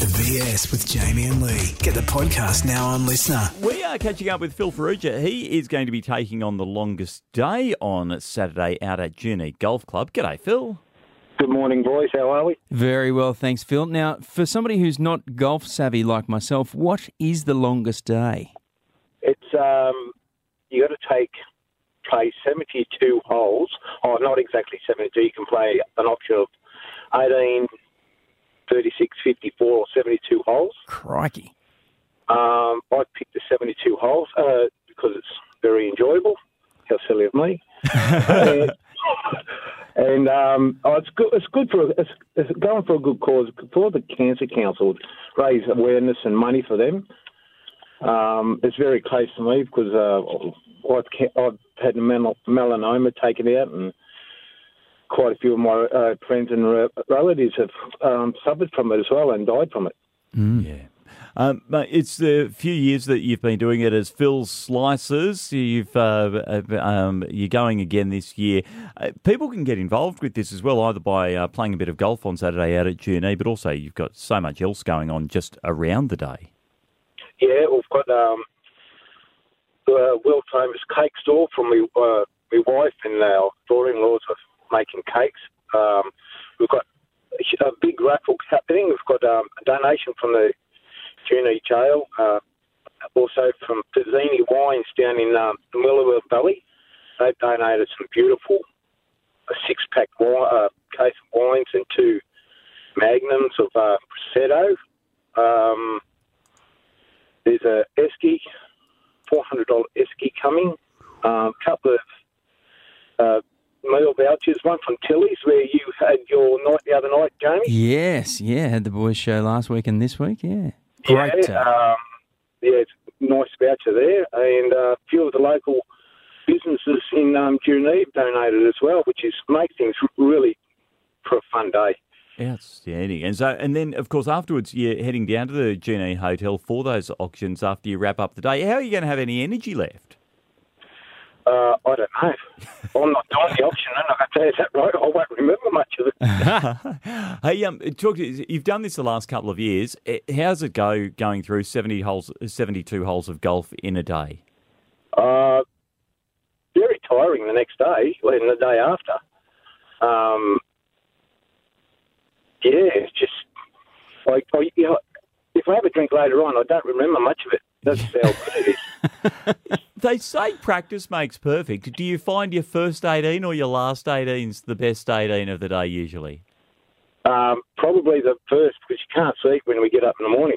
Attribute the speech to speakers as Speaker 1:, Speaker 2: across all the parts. Speaker 1: The BS with Jamie and Lee. Get the podcast now on Listener.
Speaker 2: We are catching up with Phil Ferruccia. He is going to be taking on the longest day on Saturday out at Juni Golf Club. G'day, Phil.
Speaker 3: Good morning, boys. How are we?
Speaker 4: Very well, thanks, Phil. Now, for somebody who's not golf savvy like myself, what is the longest day?
Speaker 3: It's um, you got to take play seventy-two holes, or not exactly seventy-two. You can play an option of 18, 36, 54, or seventy-two holes.
Speaker 4: Crikey.
Speaker 3: Um, I picked the seventy-two holes uh, because it's very enjoyable. How silly of me! and and, um, oh, it's good. It's good for it's, it's going for a good cause for the cancer council. Raise awareness and money for them. Um, it's very close to me because uh, I've, ca- I've had mel- melanoma taken out, and quite a few of my uh, friends and re- relatives have um, suffered from it as well and died from it.
Speaker 4: Hmm.
Speaker 2: Yeah. Um, mate, it's the few years that you've been doing it as Phil's Slices. You've uh, uh, um, you're going again this year. Uh, people can get involved with this as well, either by uh, playing a bit of golf on Saturday out at Juni, but also you've got so much else going on just around the day.
Speaker 3: Yeah, we've got um, the world famous cake store from my, uh, my wife and our daughter-in-laws are making cakes. Um, we've got a big raffle happening. We've got um, a donation from the Juno Jail, uh, also from Pizzini Wines down in um, the Willowell Valley. They've donated some beautiful a six-pack wine, uh, case of wines and two magnums of uh, Prosecco. Um, there's a esky, four hundred dollar esky coming. A um, couple of uh, meal vouchers, one from Tilly's where you had your night the other night, Jamie.
Speaker 4: Yes, yeah, had the boys' show last week and this week, yeah. Great.
Speaker 3: Yeah,
Speaker 4: uh,
Speaker 3: um, yeah it's a nice voucher there, and uh, a few of the local businesses in um, Juneve donated as well, which is make things really for a fun day.
Speaker 2: Outstanding. And so, and then of course afterwards you're heading down to the Juni Hotel for those auctions after you wrap up the day. How are you going to have any energy left?
Speaker 3: Uh, I don't know. I'm not doing the option, and I can tell you that right. I won't remember much of it.
Speaker 2: hey, um, talk to, you've done this the last couple of years. Eh, How's it go going through seventy holes, seventy-two holes of golf in a day?
Speaker 3: Uh, very tiring the next day and the day after. Um, yeah, it's just like I, you know, if I have a drink later on, I don't remember much of it. That's how good it is.
Speaker 2: They say practice makes perfect. Do you find your first eighteen or your last eighteen's the best eighteen of the day usually?
Speaker 3: Um, probably the first because you can't sleep when we get up in the morning.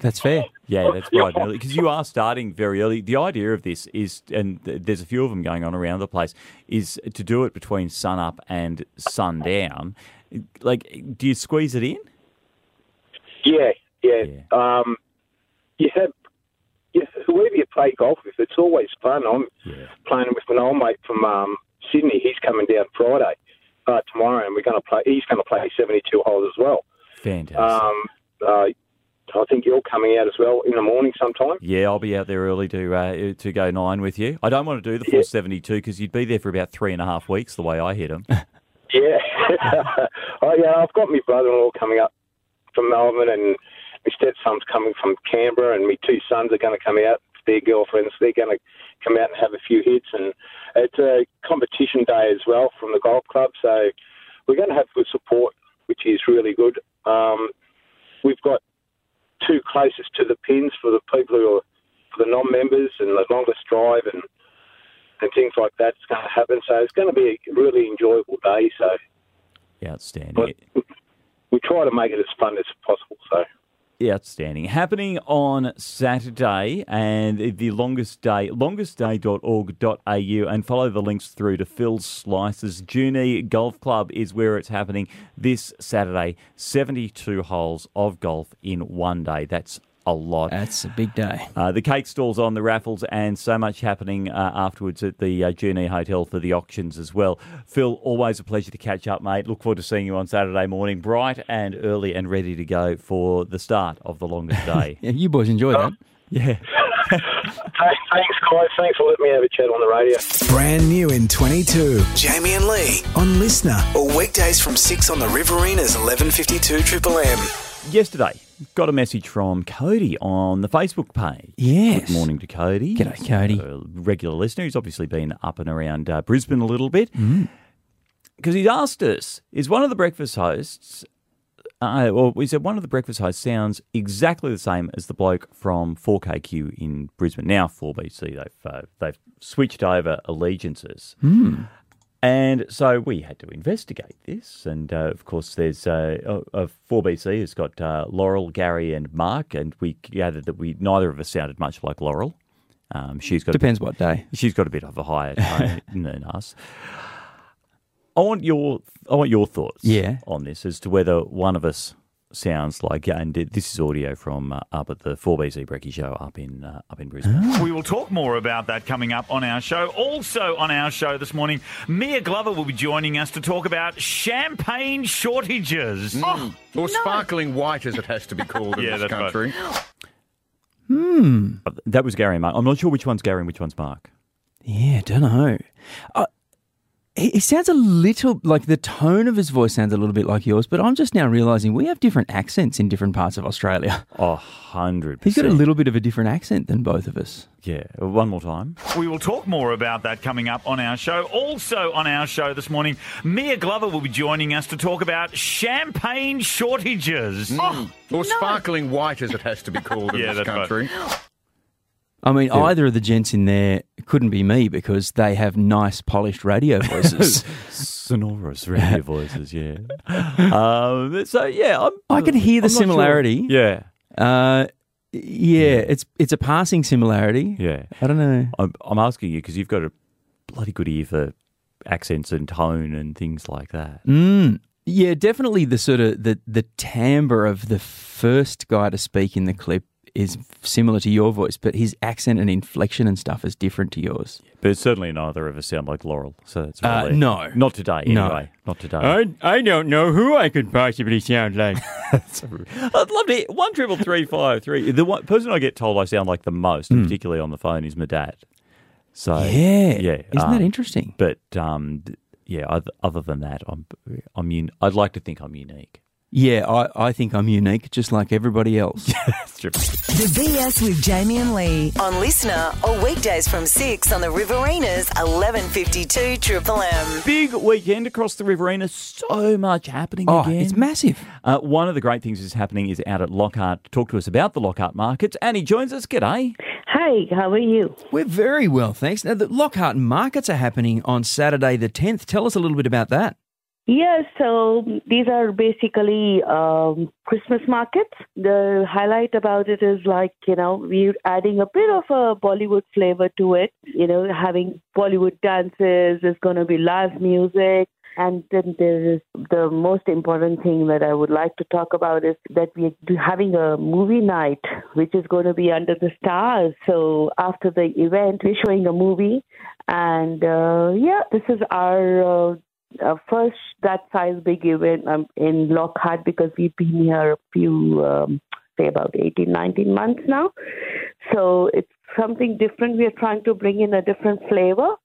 Speaker 4: That's fair.
Speaker 3: Oh,
Speaker 2: Yeah, that's right. Because you are starting very early. The idea of this is, and th- there's a few of them going on around the place, is to do it between sun up and sundown. Like, do you squeeze it in?
Speaker 3: Yeah, yeah. Um, you have you, whoever you play golf with, it's always fun. I'm
Speaker 2: Yeah.
Speaker 3: playing with an old mate from um, Sydney. He's coming down Friday, uh, tomorrow, and we're going to play. He's going to play seventy-two holes as well.
Speaker 2: Fantastic.
Speaker 3: Um, uh, I think you're coming out as well in the morning sometime.
Speaker 2: yeah, I'll be out there early to uh, to go nine with you. I don't want to do the
Speaker 3: Yeah.
Speaker 2: 472 because you'd be there for about three and a half weeks the way I hit them.
Speaker 3: Yeah. oh, yeah, I've got my brother in law coming up from Melbourne, and my stepson's coming from Canberra, and my two sons are going to come out with their girlfriends. They're going to come out and have a few hits. And it's a competition day as well from the golf club, so we're going to have good support, which is really good. Um, we've got two closest to the pins for the people who are for the non members and the longest drive and and things like that's going to happen. So it's going to be a really enjoyable day. So
Speaker 2: Outstanding.
Speaker 3: but we try to make it as fun as possible. So
Speaker 2: Outstanding. Happening on Saturday and the longest day, longestday.org.au, and follow the links through to Phil's Slices. Juni Golf Club is where it's happening this Saturday. 72 holes of golf in one day. That's a lot.
Speaker 4: That's a big day.
Speaker 2: Uh, the cake stalls on the raffles and so much happening uh, afterwards at the uh, Juni Hotel for the auctions as well. Phil, always a pleasure to catch up, mate. Look forward to seeing you on Saturday morning, bright and early and ready to go for the start of the longest day.
Speaker 4: Yeah, you boys enjoy that.
Speaker 2: yeah.
Speaker 3: Hey, thanks, guys. Thanks for letting me have a chat on the radio.
Speaker 1: Brand new in 22. Jamie and Lee on Listener. Or weekdays from 6 on the Riverina's 1152 Triple M.
Speaker 2: yesterday, got a message from Cody on the Facebook page.
Speaker 4: Yes.
Speaker 2: Good morning to Cody.
Speaker 4: G'day, Cody.
Speaker 2: A regular listener who's obviously been up and around uh, Brisbane a little bit.
Speaker 4: Mm.
Speaker 2: Because he's asked us, is one of the breakfast hosts, uh, well, we said one of the breakfast hosts sounds exactly the same as the bloke from 4KQ in Brisbane. Now 4BC, they've, uh, they've switched over allegiances. And so we had to investigate this. And uh, of course, there's uh, uh, uh, 4BC has got uh, Laurel, Gary, and Mark. And we gathered that we neither of us sounded much like Laurel. Um, she's got a bit-
Speaker 4: Depends what day.
Speaker 2: she's got a bit of a higher tone than us. I want your I want your thoughts
Speaker 4: Yeah.
Speaker 2: on this as to whether one of us sounds like and this is audio from uh, up at the 4BC Brekkie show up in uh, up in Brisbane.
Speaker 4: Ah.
Speaker 5: We will talk more about that coming up on our show. Also on our show this morning, Mia Glover will be joining us to talk about champagne shortages. Oh.
Speaker 6: Or sparkling white, as it has to be called in
Speaker 5: Yeah,
Speaker 6: this
Speaker 5: that's right.
Speaker 6: country.
Speaker 2: That was Gary and Mark. I'm not sure which one's Gary and which one's Mark.
Speaker 4: Yeah, don't know. Uh, he he sounds a little like the tone of his voice sounds a little bit like yours, but I'm just now realizing we have different accents in different parts of Australia.
Speaker 2: A hundred.
Speaker 4: He's got a
Speaker 2: percent.
Speaker 4: little bit of a different accent than both of us.
Speaker 2: Yeah, one more time.
Speaker 5: We will talk more about that coming up on our show. Also on our show this morning, Mia Glover will be joining us to talk about champagne shortages. Oh.
Speaker 6: Or sparkling white, as it has to be called in
Speaker 5: Yeah,
Speaker 6: this
Speaker 5: that's right.
Speaker 6: country.
Speaker 4: I mean, either of the gents in there couldn't be me because they have nice, polished radio voices.
Speaker 2: Sonorous radio voices, yeah. Um, so yeah, I'm,
Speaker 4: I can hear the
Speaker 2: I'm not sure.
Speaker 4: similarity.
Speaker 2: Yeah,
Speaker 4: Uh, yeah, it's it's a passing similarity.
Speaker 2: yeah.
Speaker 4: I don't know.
Speaker 2: I'm, I'm asking you because you've got a bloody good ear for accents and tone and things like that.
Speaker 4: Mm. Yeah, definitely the sort of the the timbre of the first guy to speak in the clip is similar to your voice, but his accent and inflection and stuff is different to yours.
Speaker 2: But certainly neither of us sound like Laurel, so that's
Speaker 4: Uh,
Speaker 2: really-
Speaker 4: no.
Speaker 2: not today. Anyway,
Speaker 4: No.
Speaker 2: not today.
Speaker 4: I don't know who I could possibly sound like.
Speaker 2: I'd love to hear one triple three five three. The one person I get told I sound like the most,
Speaker 4: Hmm.
Speaker 2: particularly on the phone, is my dad. So
Speaker 4: yeah, uh,
Speaker 2: yeah,
Speaker 4: Isn't that
Speaker 2: um,
Speaker 4: interesting?
Speaker 2: But um, th- yeah, oth- other than that, I'm I'm un- I'd like to think I'm unique.
Speaker 4: Yeah, I, I think I'm unique, just like everybody else.
Speaker 7: The BS with Jamie and Lee on Listener or weekdays from 6 on the Riverina's 1152 Triple M.
Speaker 2: Big weekend across the Riverina. So much happening
Speaker 4: oh,
Speaker 2: again.
Speaker 4: it's massive.
Speaker 2: Uh, one of the great things that's happening is out at Lockhart to talk to us about the Lockhart markets. And he joins us. G'day.
Speaker 8: Hey, how are you?
Speaker 4: We're very well, thanks. Now, the Lockhart markets are happening on Saturday the 10th. Tell us a little bit about that.
Speaker 8: Yeah, so these are basically um, Christmas markets. The highlight about it is like, you know, we're adding a bit of a Bollywood flavor to it, you know, having Bollywood dances, there's going to be live music. And then there is the most important thing that I would like to talk about is that we're having a movie night, which is going to be under the stars. So after the event, we're showing a movie. And uh, yeah, this is our. Uh, uh, first that size big event um, in Lockhart because we've been here a few, um, say about 18, 19 months now. So it's something different. We are trying to bring in a different flavor.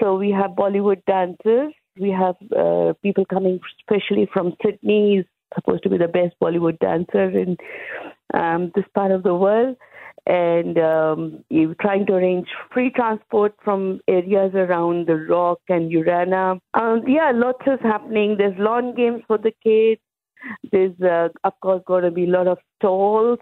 Speaker 8: So we have Bollywood dancers. We have uh, people coming especially from Sydney. He's supposed to be the best Bollywood dancer in um, this part of the world. And um, you're trying to arrange free transport from areas around the Rock and Urana. Um, yeah, lots is happening. There's lawn games for the kids. There's, uh, of course, going to be a lot of stalls,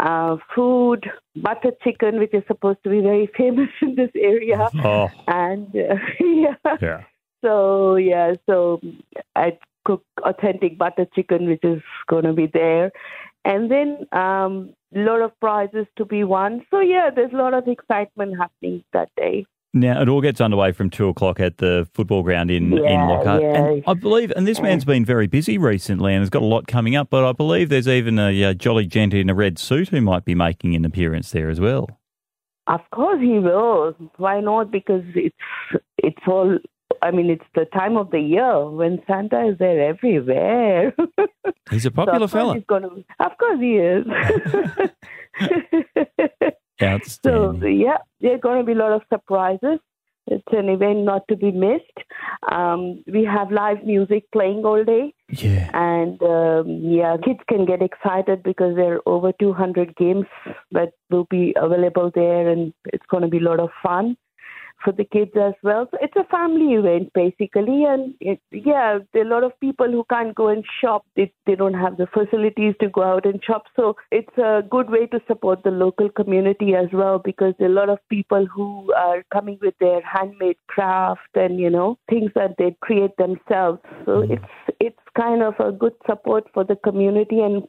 Speaker 8: uh, food, butter chicken, which is supposed to be very famous in this area
Speaker 2: Oh,
Speaker 8: and uh, yeah.
Speaker 2: Yeah.
Speaker 8: So yeah, so I cook authentic butter chicken, which is going to be there, and then um, lot of prizes to be won. So yeah, there's a lot of excitement happening that day.
Speaker 2: now it all gets underway from two o'clock at the football ground in, in
Speaker 8: Yeah,
Speaker 2: Lockhart. And
Speaker 8: yeah.
Speaker 2: I believe, and this man's been very busy recently and has got a lot coming up, but I believe there's even a uh, jolly gent in a red suit who might be making an appearance there as well.
Speaker 8: Of course he will. Why not? Because it's it's all. I mean, it's the time of the year when Santa is there everywhere.
Speaker 4: He's a popular
Speaker 8: of course
Speaker 4: fella.
Speaker 8: he's gonna- of course he is. So
Speaker 2: Outstanding.
Speaker 8: yeah, there are going to be a lot of surprises. It's an event not to be missed. Um, we have live music playing all day.
Speaker 4: Yeah.
Speaker 8: And um, yeah, kids can get excited because there are over 200 games that will be available there, and it's going to be a lot of fun for the kids as well. So it's a family event basically, and it, yeah, there are a lot of people who can't go and shop. They they don't have the facilities to go out and shop. So it's a good way to support the local community as well because there are a lot of people who are coming with their handmade craft and you know things that they create themselves. So it's it's kind of a good support for the community and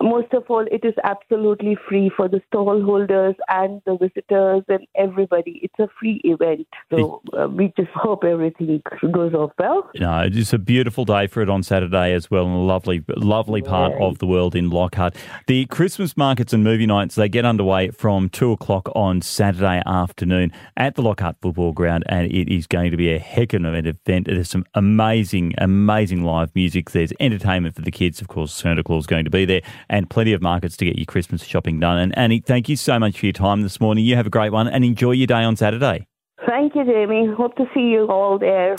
Speaker 8: most of all it is absolutely free for the stallholders and the visitors and everybody it's a free event so uh, we just hope everything goes off well
Speaker 2: No, it's a beautiful day for it on Saturday as well, and a lovely, lovely part of the world in Lockhart. The Christmas markets and movie nights they get underway from two o'clock on Saturday afternoon at the Lockhart Football Ground, and it is going to be a heck of an event. There's some amazing, amazing live music. There's entertainment for the kids, of course. Santa Claus is going to be there, and plenty of markets to get your Christmas shopping done. And Annie, thank you so much for your time this morning. You have a great one, and enjoy your day on Saturday.
Speaker 8: thank you jamie hope to see you all there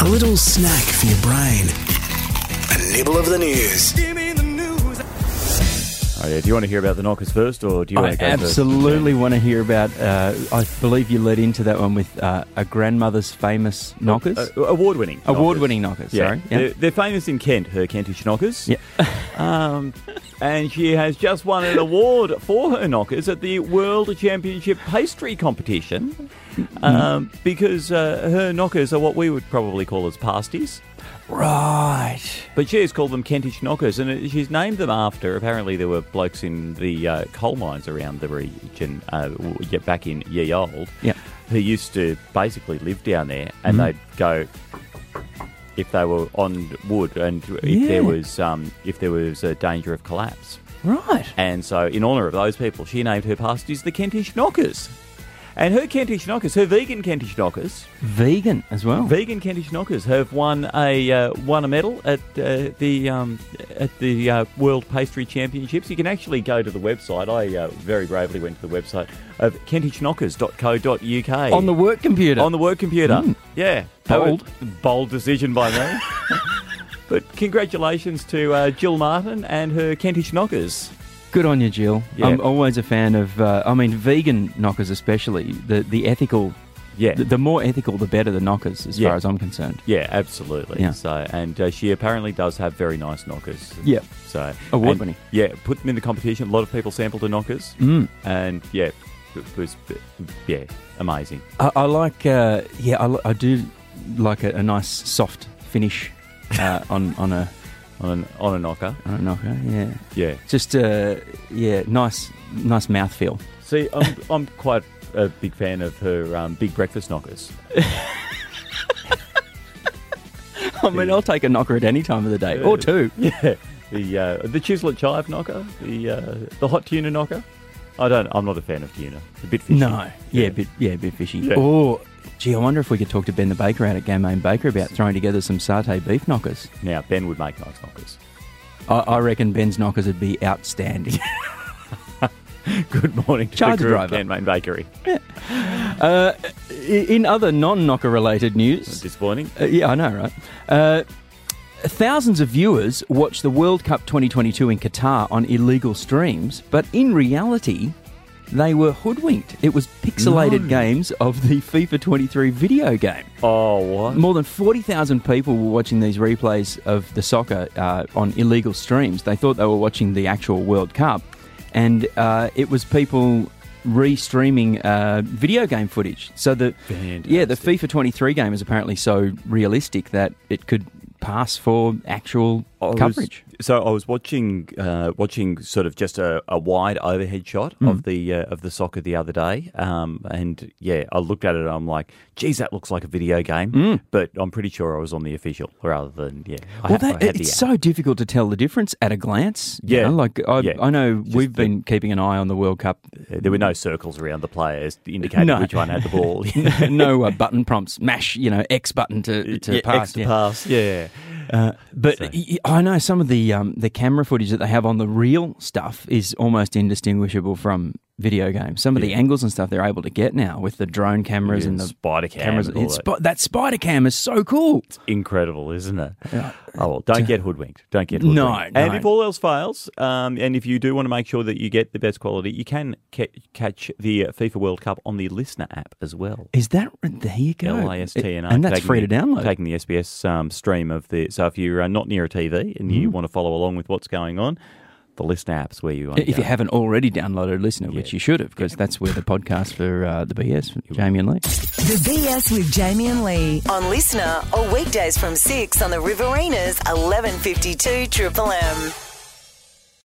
Speaker 1: A little snack for your brain. A nibble of the news.
Speaker 2: Oh, yeah. Do you want to hear about the knockers first, or do you
Speaker 4: I
Speaker 2: want to go
Speaker 4: absolutely want to hear about. Uh, I believe you led into that one with uh, a grandmother's famous knockers,
Speaker 2: first? Uh, award-winning, knockers.
Speaker 4: award-winning knockers.
Speaker 2: Yeah.
Speaker 4: Sorry,
Speaker 2: They're, they're famous in Kent, her Kentish knockers.
Speaker 4: Yeah.
Speaker 2: um, and she has just won an award for her knockers at the World Championship Pastry Competition
Speaker 4: Mm-hmm.
Speaker 2: um, because uh, her knockers are what we would probably call as pasties.
Speaker 4: right.
Speaker 2: But she has called them Kentish knockers, and it- she's named them after. Apparently, there were blokes in the uh, coal mines around the region, uh, w- yeah, back in Ye Old,
Speaker 4: Yeah. Mm-hmm.
Speaker 2: who used to basically live down there, and they'd go if they were on wood, and if
Speaker 4: Yeah.
Speaker 2: there was um, if there was a danger of collapse.
Speaker 4: Right.
Speaker 2: And so, in honour of those people, she named her pasties the Kentish knockers. And her Kentish knockers, her vegan Kentish knockers,
Speaker 4: Vegan as well.
Speaker 2: Vegan Kentish Knockers have won a uh, won a medal at uh, the um, at the uh, World Pastry Championships. You can actually go to the website. I uh, very bravely went to the website of kentishknockers.co.uk
Speaker 4: on the work computer. Mm.
Speaker 2: on the work computer. Yeah,
Speaker 4: Bold.
Speaker 2: That was a bold decision by me. but congratulations to uh, Jill Martin and her Kentish Knockers.
Speaker 4: Good on you, Jill.
Speaker 2: Yeah.
Speaker 4: I'm always a fan of. Uh, I mean, vegan knockers especially. The the ethical.
Speaker 2: Yeah.
Speaker 4: The, the more ethical, the better the knockers, as
Speaker 2: Yeah.
Speaker 4: far as I'm concerned.
Speaker 2: Yeah, absolutely.
Speaker 4: Yeah.
Speaker 2: So, and uh, she apparently does have very nice knockers.
Speaker 4: Yeah. Oh,
Speaker 2: So
Speaker 4: Award
Speaker 2: and,
Speaker 4: winning.
Speaker 2: Yeah, put them in the competition. A lot of people sampled her knockers,
Speaker 4: Mm.
Speaker 2: and yeah, it was yeah amazing.
Speaker 4: I, I like. Uh, yeah, I, li- I do like a, a nice soft finish uh, on on a
Speaker 2: On an, on a knocker,
Speaker 4: on a knocker. Yeah.
Speaker 2: yeah.
Speaker 4: Just uh, yeah, nice nice mouthfeel.
Speaker 2: See, I'm I'm quite a big fan of her um, big breakfast knockers.
Speaker 4: I mean, I'll take a knocker at any time of the day or two.
Speaker 2: Yeah, the uh, the chislet chive knocker, the uh, the hot tuna knocker. I don't. I'm not a fan of tuna. It's a bit fishy.
Speaker 4: No. Yeah, a bit yeah, a bit fishy.
Speaker 2: Yeah.
Speaker 4: Or gee, I wonder if we could talk to Ben the baker out at Gamane Baker about throwing together some satay beef knockers.
Speaker 2: Now Ben would make nice knockers.
Speaker 4: I, I reckon Ben's knockers would be outstanding.
Speaker 2: Good morning, to
Speaker 4: Charge
Speaker 2: the crew
Speaker 4: driver.
Speaker 2: at Canmain Bakery.
Speaker 4: I- In other non-knocker related news,
Speaker 2: Disappointing.
Speaker 4: uh, yeah, I know, right? Uh, thousands of viewers watch the World Cup 2022 in Qatar on illegal streams, but in reality, they were hoodwinked. It was pixelated games of the FIFA 23 video game.
Speaker 2: Oh, what?
Speaker 4: More than 40,000 people were watching these replays of the soccer uh, on illegal streams. They thought they were watching the actual World Cup, and uh, it was people re-streaming uh, video game footage. So the yeah, the FIFA 23 game is apparently so realistic that it could pass for actual
Speaker 2: I was-
Speaker 4: coverage.
Speaker 2: so I was watching, uh, watching sort of just a, a wide overhead shot
Speaker 4: Mm.
Speaker 2: of the uh, of the soccer the other day, um, and yeah, I looked at it. and I'm like, geez, that looks like a video game, but I'm pretty sure I was on the official rather than yeah. I
Speaker 4: Mm. Well,
Speaker 2: ha- I
Speaker 4: that,
Speaker 2: had the
Speaker 4: it's
Speaker 2: app.
Speaker 4: so difficult to tell the difference at a glance. you
Speaker 2: Yeah.
Speaker 4: know, like I,
Speaker 2: Yeah.
Speaker 4: I know
Speaker 2: Just
Speaker 4: we've
Speaker 2: the-
Speaker 4: been keeping an eye on the World Cup.
Speaker 2: There were no circles around the players indicating
Speaker 4: No.
Speaker 2: which one had the ball.
Speaker 4: no uh, button prompts, mash, you know, X button to, to
Speaker 2: Yeah,
Speaker 4: pass.
Speaker 2: extra
Speaker 4: yeah.
Speaker 2: pass, yeah.
Speaker 4: But y y I I know some of the um, the camera footage that they have on the real stuff is almost indistinguishable from video game. Some of the angles and stuff they're able to get now with the drone cameras
Speaker 2: Yeah,
Speaker 4: and the
Speaker 2: spider cam
Speaker 4: cameras.
Speaker 2: and all
Speaker 4: It's
Speaker 2: that.
Speaker 4: spi- that spider cam is so cool.
Speaker 2: Incredible, isn't it? Oh, well, don't get hoodwinked. Don't get hoodwinked.
Speaker 4: No,
Speaker 2: And
Speaker 4: no.
Speaker 2: if all else fails, um, and if you do want to make sure that you get the best quality, you can ca- catch the uh, FIFA World Cup on the Listener app as well.
Speaker 4: Is that there? You go.
Speaker 2: L-I-S-T-N-R.
Speaker 4: and that's
Speaker 2: taking
Speaker 4: free to
Speaker 2: the-
Speaker 4: download.
Speaker 2: Taking the SBS um, stream of the. So if you're uh, not near a TV and
Speaker 4: Mm.
Speaker 2: you want to follow along with what's going on, the Listener app's where you want to
Speaker 4: If
Speaker 2: go.
Speaker 4: you haven't already downloaded Listener, which you should have, because that's where the podcast for uh, the BS, for Jamie and Lee.
Speaker 7: The BS with Jamie and Lee on Listener or weekdays from 6 on the Riverinas 1152 Triple M.